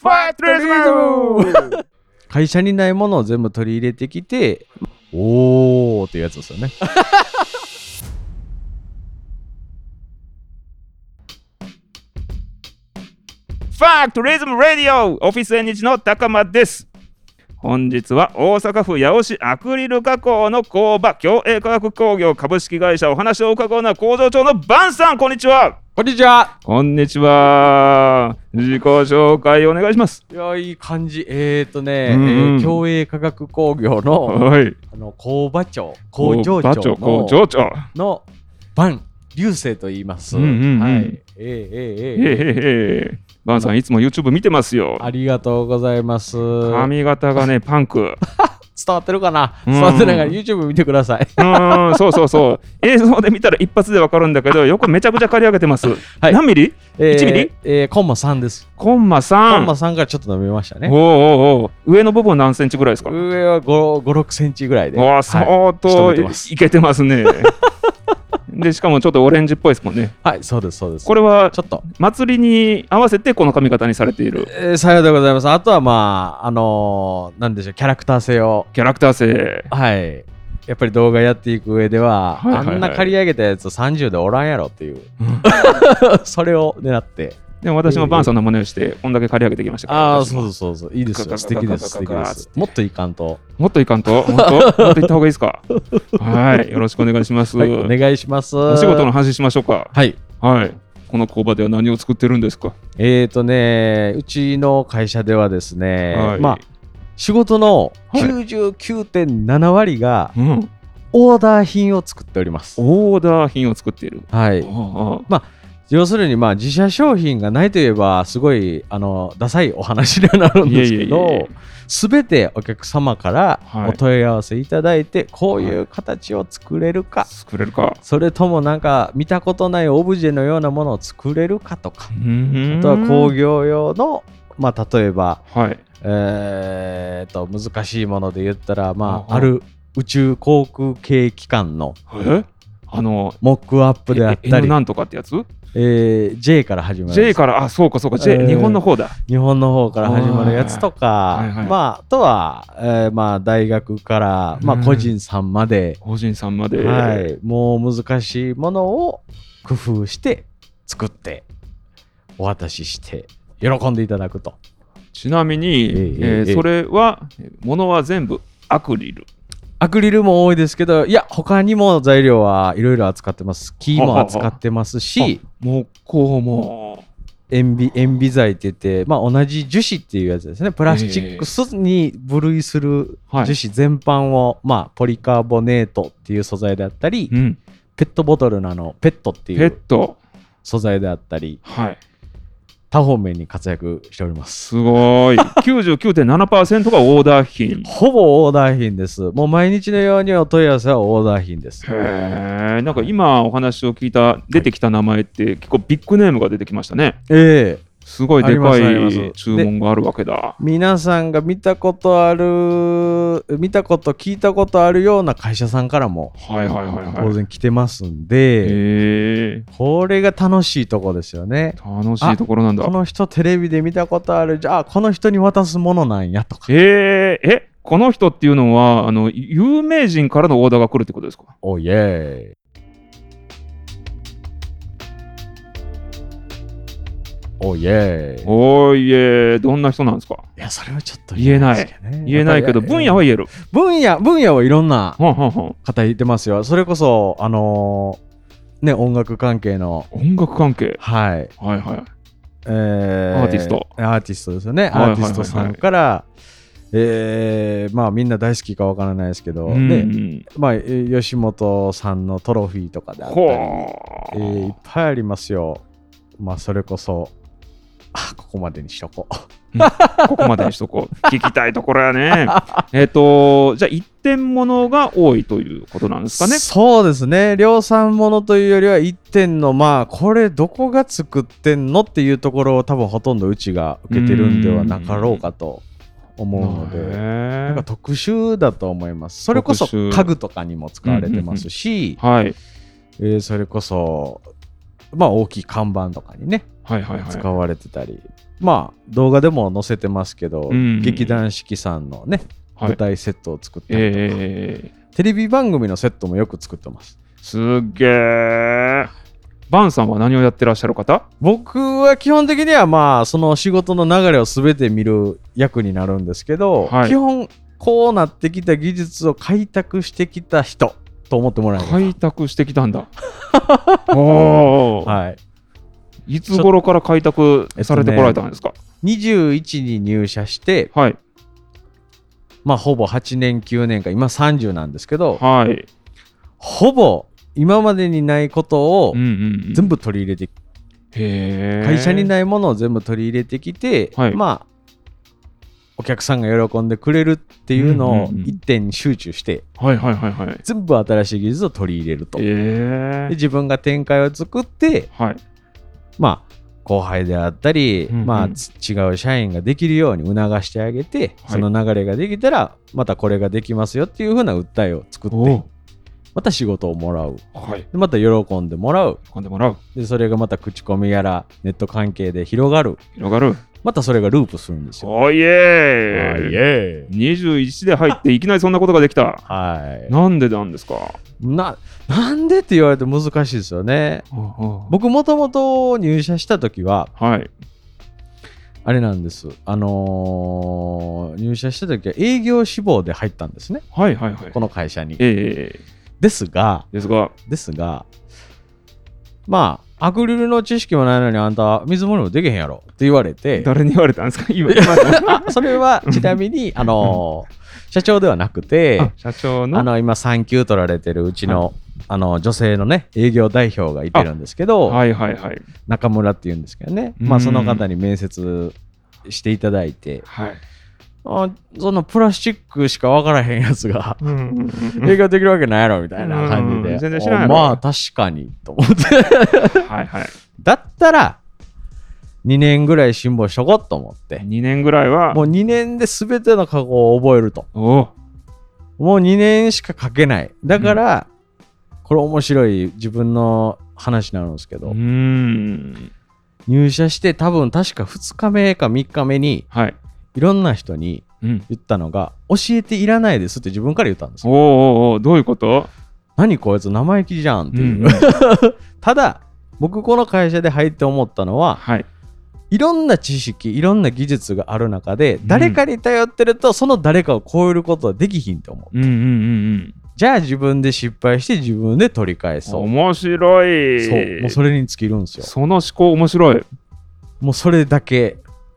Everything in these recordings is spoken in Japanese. ファイトリズム会社にないものを全部取り入れてきておーっていうやつですよねファクトリズムラディオオフィス NH の高間です本日は大阪府八尾市アクリル加工の工場共栄化学工業株式会社お話を伺うのは工場長のバンさん こんにちはこんにちはこんにちは自己紹介お願いしますいやいい感じえー、っとね、うんうんえー共栄化学工業のはいあの工場長工場長の工場長のバン流星と言います、うんうんうんはいえー、ええー、えーへえへへバンさんいつも YouTube 見てますよーありがとうございます伝髪型がねパンクわってるかなうん伝わってないから YouTube 見てください うーん、そうそうそう。映像で見たら一発でわかるんだけど、横めちゃくちゃ刈り上げてます。はい何ミリえ1ミリえーコンマ3ですコンマコ3。ンマ3からちょっと伸びましたおねうおうおう上の部分何センチぐらいですか上は56センチぐらいでわあ、はい相当下向いいてますいけてます ね。で、しかもちょっとオレンジっぽいですもんね。はい、そうです、そうです。これはちょっと、祭りに合わせてこの髪型にされている。えー、さようでございます。あとはまあ、あのー、なんでしょう、キャラクター性を、キャラクター性。はい、やっぱり動画やっていく上では、はいはいはいあんな刈り上げたやつ30でおらんやろっていう、 それを狙って、でも私もバンさんの真似をして、こんだけ刈り上げてきましたから。ああ、私もそうそうそうそう、いいですガよ、ガ素ガガ敵ガガガです、素敵です。もっといかんと、もっといかんと、もっと、もっといった方がいいです か。はい、よろしくお願いします。はい、お願いします。おお仕事の話しましょうか。はい。はい。この工場では何を作ってるんですか。えーとね、うちの会社ではですね、はいまあ、仕事のはい99.7割がうん。オーダー品を作っております。オーダー品を作っている。はい、あ要するにまあ自社商品がないといえばすごいあのダサいお話にはなるんですけいえいえいえいえどすべてお客様からはいお問い合わせいただいてこういう形を作れるあか作れるか。それともなんか見たことないオブジェのようなものを作れるかとあかあとは工。業用のまあ例えばはい。えーと難しいもので言ったらまあああある宇宙航空系機関のえ？あの。モックアップであっえた N りなんとかってやつえー J から始まるんです ?J から、あ、そうかそうか、J、えー日本の方だ。日本の方から始まるやつとか、はいはいまあ、あとは、えーまあ、大学から、まあ、うん個人さんまで、法人さんまで。はい、もう難しいものを工夫して作ってお渡しして喜んでいただくとちなみに、ええーえーーえーそれは、えーものは全部アクリル。アクリルも多いですけどいや他にも材料はいろいろ扱ってます木も扱ってます しあ木工も。塩ビ塩ビ剤って言って、まあ、同じ樹脂っていうやつですねプラスチックスに部類するはい樹脂全般を、まあ、ポリカーボネートっていう素材であったり、うん。ペットボトルのあのペットっていペッうト。素材であったりはい。多方面に活躍しておりますすごい。99.7%がオーダー品。ほぼオーダー品ですもう毎日のようにお問い合わせはオーダー品ですへえ、なんか今お話を聞いた、出てきた名前って、結構ビッグネームが出てきましたね。ええすごいでかありますありますい注文があるわけだ。皆さんが見たことある見たこと聞いたことあるような会社さんからもはいはいはい当はい。然来てますんで、へえ、これが楽しいとこですよね楽しいところなんだこ。の人テレビで見たことあるじゃあこの人に渡すものなんやとかへえ、え、この人っていうのは、あの有名人からのオーダーが来るってことですか。おイエーイおイエーイおーいえ、どんな人なんですか。いやそれはちょっとですどね言えないけど、やっぱ分り野は言える。分野分野はいろんなはんはんはん方いてますよそれこそあのーね音楽関係の音楽関係。はいはいはい。えーアーティストアーティストですよねはいはいアはいーティストさんからえーまあみんな大好きかわからないですけどうんでまあ、えー吉本さんのトロフィーとかであったり、えほうーいっぱいありますよ。まあ、それこそ、あここまでにしとこう。ここまでにしとこう。聞きたいところやね。えっと、じゃあ、一点物が多いということなんですかね。そうですね、量産ものというよりは、一点の、まあ、これ、どこが作ってんのっていうところを、多分ほとんどうちが受けてるんではなかろうかと思うので、なんかで。特殊だと思います。それこそ特殊家具とかにも使われてますし、はい。えーそれこそまあ、大きい看板とかにね、はいはいはい。使われてたりまあ動画でも載せてますけど、うん劇団四季さんのね、はい舞台セットを作ったりとか、えー、テレビ番組のセットもよく作ってますすっげー。バンさんは何をやってらっしゃる方僕は基本的にはまあその仕事の流れを全て見る役になるんですけど、はい基本こうなってきた技術を開拓してきた人と思ってもらえれ開拓してきたんだ。おば、はい、い、いつ頃から開拓されてこられたんですか、 21に入社して、はい。まあ、ほぼ8年9年か今30なんですけど、はい。ほぼ今までにないことをうんうんうん、全部取り入れてへー会社にないものを全部取り入れてきて、はいまあお客さんが喜んでくれるっていうのうをんうんうん一点に集中して、はいはいはいはい。全部新しい技術を取り入れると、でえー、自分が展開を作ってはい。まあ後輩であったり、うんうんまあ、つ違う社員ができるように促してあげて、はいその流れができたらまたこれができますよっていう風な訴えを作っておまた仕事をもらうはい。でまた喜んでもらう喜んでもらう。でそれがまた口コミやらネット関係で広がる広がる。またそれがループするんですよ。おいえはーいイエーイ21で入っていきなりそんなことができた。はいなんでなんですかななんでって言われて難しいですよね。僕僕もともと入社した時ははい。あれなんです、あのー入社した時は営業志望で入ったんですねはいはいはい。この会社に。ええですがですが、ですがまあアクリルの知識もないのにあんた水物もできへんやろって言われて 誰に言われたんですか今、今のあそれはちなみに、あのー社長ではなくてあ社長の。あの今産休取られてるうちの,、あの女性のね営業代表がいてるんですけど、はいはいはい。中村っていうんですけどね、うんまあ、その方に面接していただいてはい。あそんなプラスチックしか分からへんやつがうんうんうん営業できるわけないやろみたいな感じうでん全然知らんやろあまあ確かにと思ってはいはい。だったら2年ぐらい辛抱しとこうと思って2年ぐらいは、もう2年で全ての過去を覚えるとおうもう2年しか書けない。だから、これ面白い自分の話になるんですけうど、ーん。入社して多分確か2日目か3日目にはい。いろんな人にうん。言ったのが、教えていらないですって自分から言ったんですおよ。うおうおうどういうこと何こいつ生意気じゃんっていう。うんただ、僕この会社で入って思ったのは、はい。いろんな知識、いろんな技術がある中で、誰かに頼ってると、その誰かを超えることはできひんと思う。うんうんうんじゃあ自分で失敗して自分で取り返うん。そう。面白い。そうもうそれに尽きるんですよその思考面白い。もうそれだけ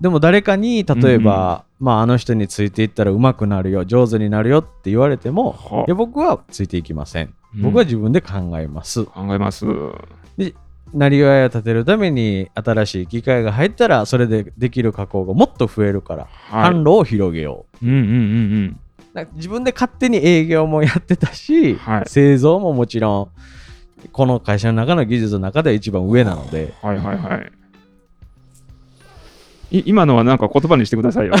でも誰かに例えば、まあ、あの人についていったら上手くなるよ上手になるよって言われてもはいや僕はついていきませんうん僕は自分で考えます、考えます。なりわいを立てるために新しい機会が入ったらそれでできる加工がもっと増えるからはい。販路を広げようんうんうんう、なんか自分で勝手に営業もやってたうし、ん。はい。製造ももちろんこの会社の中の技術の中では一番上なのではいはいはい。い今のはなんか言葉にしてくださいよ。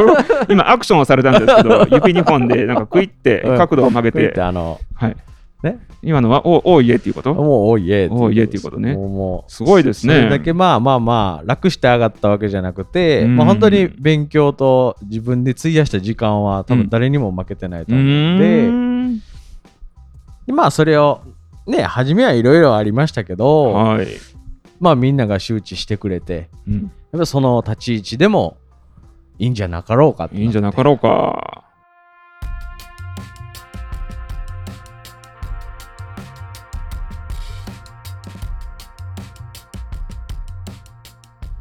今アクションをされたんですけど、指2本でなんかクイってうん角度を曲げこうやってて、あのはい。ね今のはおおいえっていうこともうおいえっておいえっていうことねもうもうすごいですねそれだけまあまあまあ楽して上がったわけじゃなくて、うんまあ本当に勉強と自分で費やした時間は多うん分誰にも負けてないとう思うんで、ーん。でまあそれをね初めはいろいろありましたけど、はい。まあみんなが周知してくれてうんやっぱその立ち位置でもいいんじゃなかろうかっていいんじゃなかろうか。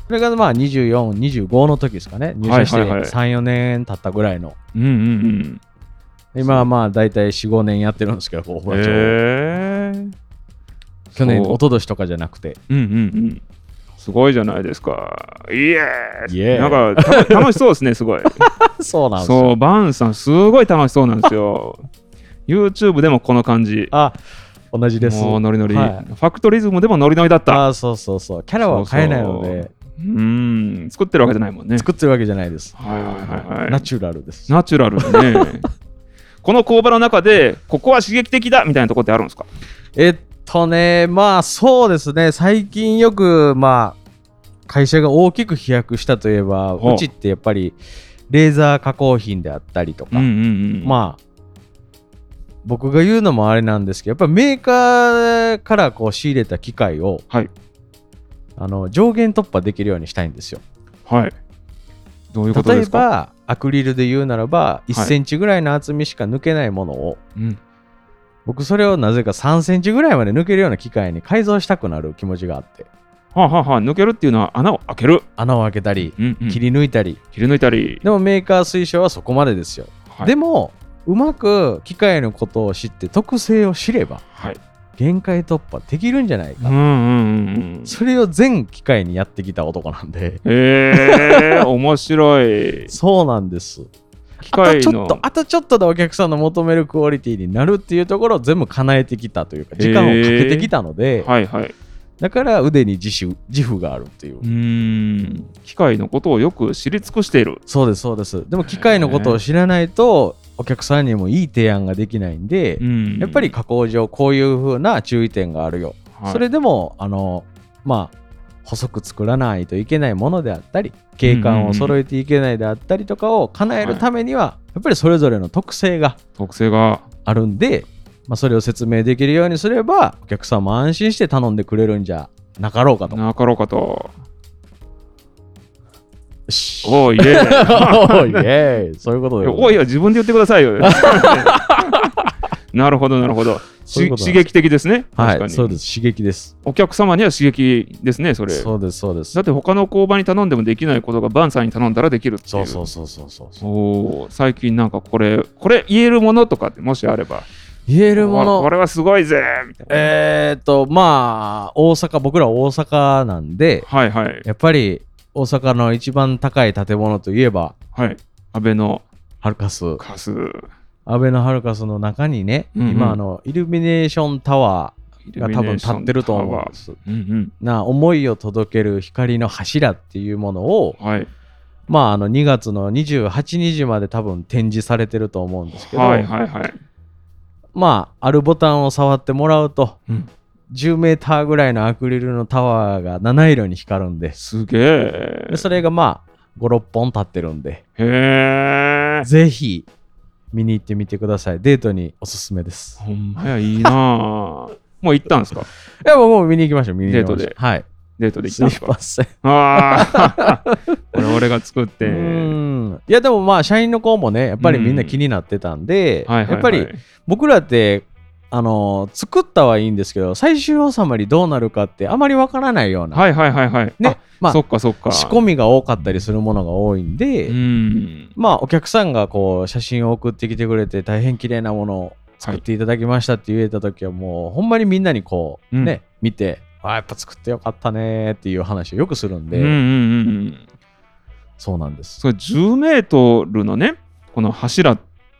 それがまあ2425の時ですかね入社してはいはいはい34年経ったぐらいのうんうんうん。今はまあ大体45年やってるんですけどこうへえ去年そう一昨年とかじゃなくてうんうんうん。すごいじゃないですか。イエーイイエーイなんかた 楽しそうですね、すごい。 そうなんですよそう、バンさん、すごい楽しそうなんです よ。YouTube でもこの感じ。あ同じですもうノリノリ、はいファクトリズムでもノリノリだった。あそうそうそうキャラは変えないのでそううーん、作ってるわけじゃないもんね。作ってるわけじゃないです、はいはいはいはい。ナチュラルですナチュラル だね。この工場の中で、ここは刺激的だみたいなところってあるんですかえっとね、まあそうですね、最近よく、まあ、会社が大きく飛躍したといえば、ほううちってやっぱり、レーザー加工品であったりとか、うんうんうん。あ、まあ、僕が言うのもあれなんですけど、やっぱメーカーからこう仕入れた機械を、はいあの上限突破できるようにしたいんですよ。はい。どういうこと例でえすかば、アクリルで言うならば、1はいセンチぐらいの厚みしか抜けないものを、うん。僕それをなぜか3センチぐらいまで抜けるような機械に改造したくなる気持ちがあってはあ、はあはあ、抜けるっていうのは穴を開ける。穴を開けたりうん、うん。切り抜いたり、切り抜いたり。でもメーカー推奨はそこまでですよ、はい、でもうまく機械のことを知って特性を知ればはい。限界突破できるんじゃなういんか、うんうんうん。それを全機械にやってきた男なんでええー、面白い。そうなんです機 あと械ちょっとの。あとちょっとでお客さんの求めるクオリティになるっていうところを全部叶えてきたというか時間をかけてきたので、はいはい。だから腕に自主自負があるっていううーん。機械のことをよく知り尽くしている。そうですそうですでも機械のことを知らないとお客さんにもいい提案ができないんで、うん。やっぱり、加工上こういう風な注意点があるよ、はい、それでもあのまあ細く作らないといけないものであったり景観を揃えていけないであったりとかを叶えるためには、やっぱりそれぞれの特性が特性が。あるんで、まあ、それを説明できるようにすればお客さんも安心して頼んでくれるんじゃなかろうかと。よなかろうかと。しお おーいえ。いイエー イそういうこといでやございまおすいは自分で言ってくださいよ。 なるほど、なるほど。そうしいう刺ことなんです激的ですね。確はかい、そうに。です。刺激です。お客様には刺激ですね、それ。そうです、そうですだ。って他の工場に頼んでもできないことがバンさんに頼んだらできるっていう。そうそうそうそうそうそう。おー最近なんかこれ、これ言えるものとかってもしあれば。言えるもわこの、れはすごいぜみたいな。えーっと、まあ、大阪、僕ら大阪なんで、はいはい。やっぱり大阪の一番高い建物といえば、はい。安倍のハルカス。カス。安倍のハルカスの中にね、うんうん今、あの、イルミネーションタワーが多分立ってるとイルミネーションタ思うワんーです。うんな、思いを届ける光の柱っていうものを、うん。はい。まあ、あの、2月の28日まで多分展示されてると思うんですけど、はいはいはい。まあ、あるボタンを触ってもらうと、うん10メーターぐらいのアクリルのタワーが七色に光るんですす。げえで。それがまあ、5、6本立ってるんで、へえ。ぜひ見に行ってみてください。デートにおすすめです。ほんまや、いいな あもう行ったんですかいや、僕もう見に行きましょう、見に行きましデょーうトで。はい。デートで行っすたんですかい ません。ああ。 これ俺が作っうて。んいや、でもまあ、社員の子もね、やっぱりみんな気になってたんで、はいはいはい、やっぱり僕らって、あのー作ったはいいんですけど、最終収まりどうなるかってあまりわからないような、はいはいはいはい。ね、あまあそ、っかそっか。仕込みが多かったりするものが多いんで、うん。まあお客さんがこう写真を送ってきてくれて大変綺麗なものを作っていただきましたって言えた時はもうほんまにみんなにこううんね、見てあやっぱ作ってよかったねっていう話をよくするんうで、んうんうんうん。そうなんですそれ10メートルのね、この柱っ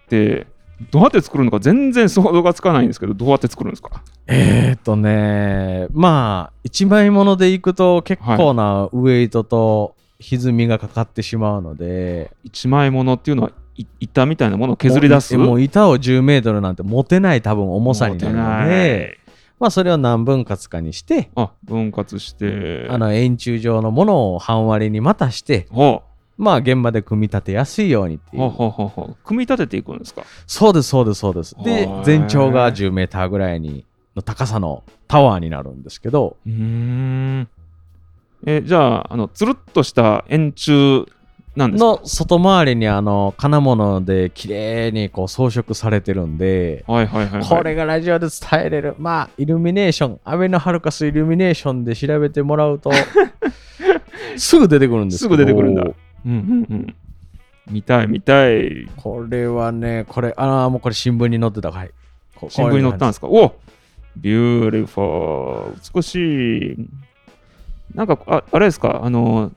て、どうやって作るのか全然想像がつかないんですけど、どうやって作るんですかえー、っとねまあ一枚物でいくと結構なウエイトと歪みがかかってしまうので、一枚物っていうのはい板みたいなものを削り出すもうもう板を1 0ルなんて持てない多分重さになる持のてでまあそれを何分割かにしてないあ分割してあの円柱状のものを半割りにまたして、ほまあ、現場で組み立てやすいようにっうていほうう。ほうほうほう組み立てていくんですかそうです、そうです、そうです。へでー、全長が10メーターぐらいにの高さのタワーになるんですけど、うーんえじゃああのつるっとした円柱なんですかの外回りにあの金物で綺麗にこう装飾されてるんで、はいはいはい、はい、これがラジオで伝えれる。まあ、イルミネーション、アベノハルカスイルミネーションで調べてもら うと、すぐ出てくるんですけどすぐ出てくるんだうんうんうん見たい見たいこれはね、これ、ああ、もうこれ新聞に載ってた。はい。こ新聞に載ったんでこすかおビューティフォー美しいなんかああれですかあの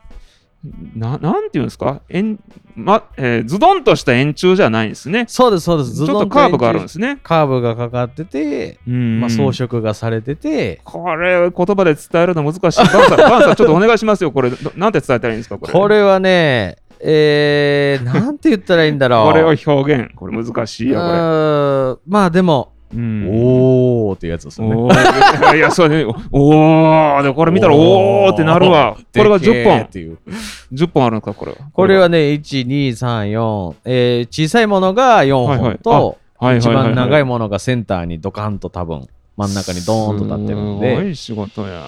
ななんていうんですか円、まえーズドンとした円柱じゃないんですねういうのなんですそうです、そうです。。ちょっとカーブがあるんですすね。カーブがかかってて、うんまあ、装飾がされてて、これ、言葉で伝えるの難しい。バン さん、バンさん、ちょっとお願いしますよ。これ、どなんて伝えたらいいんですかこれ。これはね、 えー、なんて言ったらいいんだろう。これを表現。これ難しいよ、こうーんまあでも、うんおーってやつですよね。おーいやいや、そうね。おおで、これ見たら、おおってなるわ。これがでけ10ー本っ。ていう。 10本あるのか、これは。これはね、1、2、3、4。えー小さいものが4はいは本いと、は一番長いもものがセンターにドカンと多分、真ん中にドーンと立ってるんすごで、い仕事や。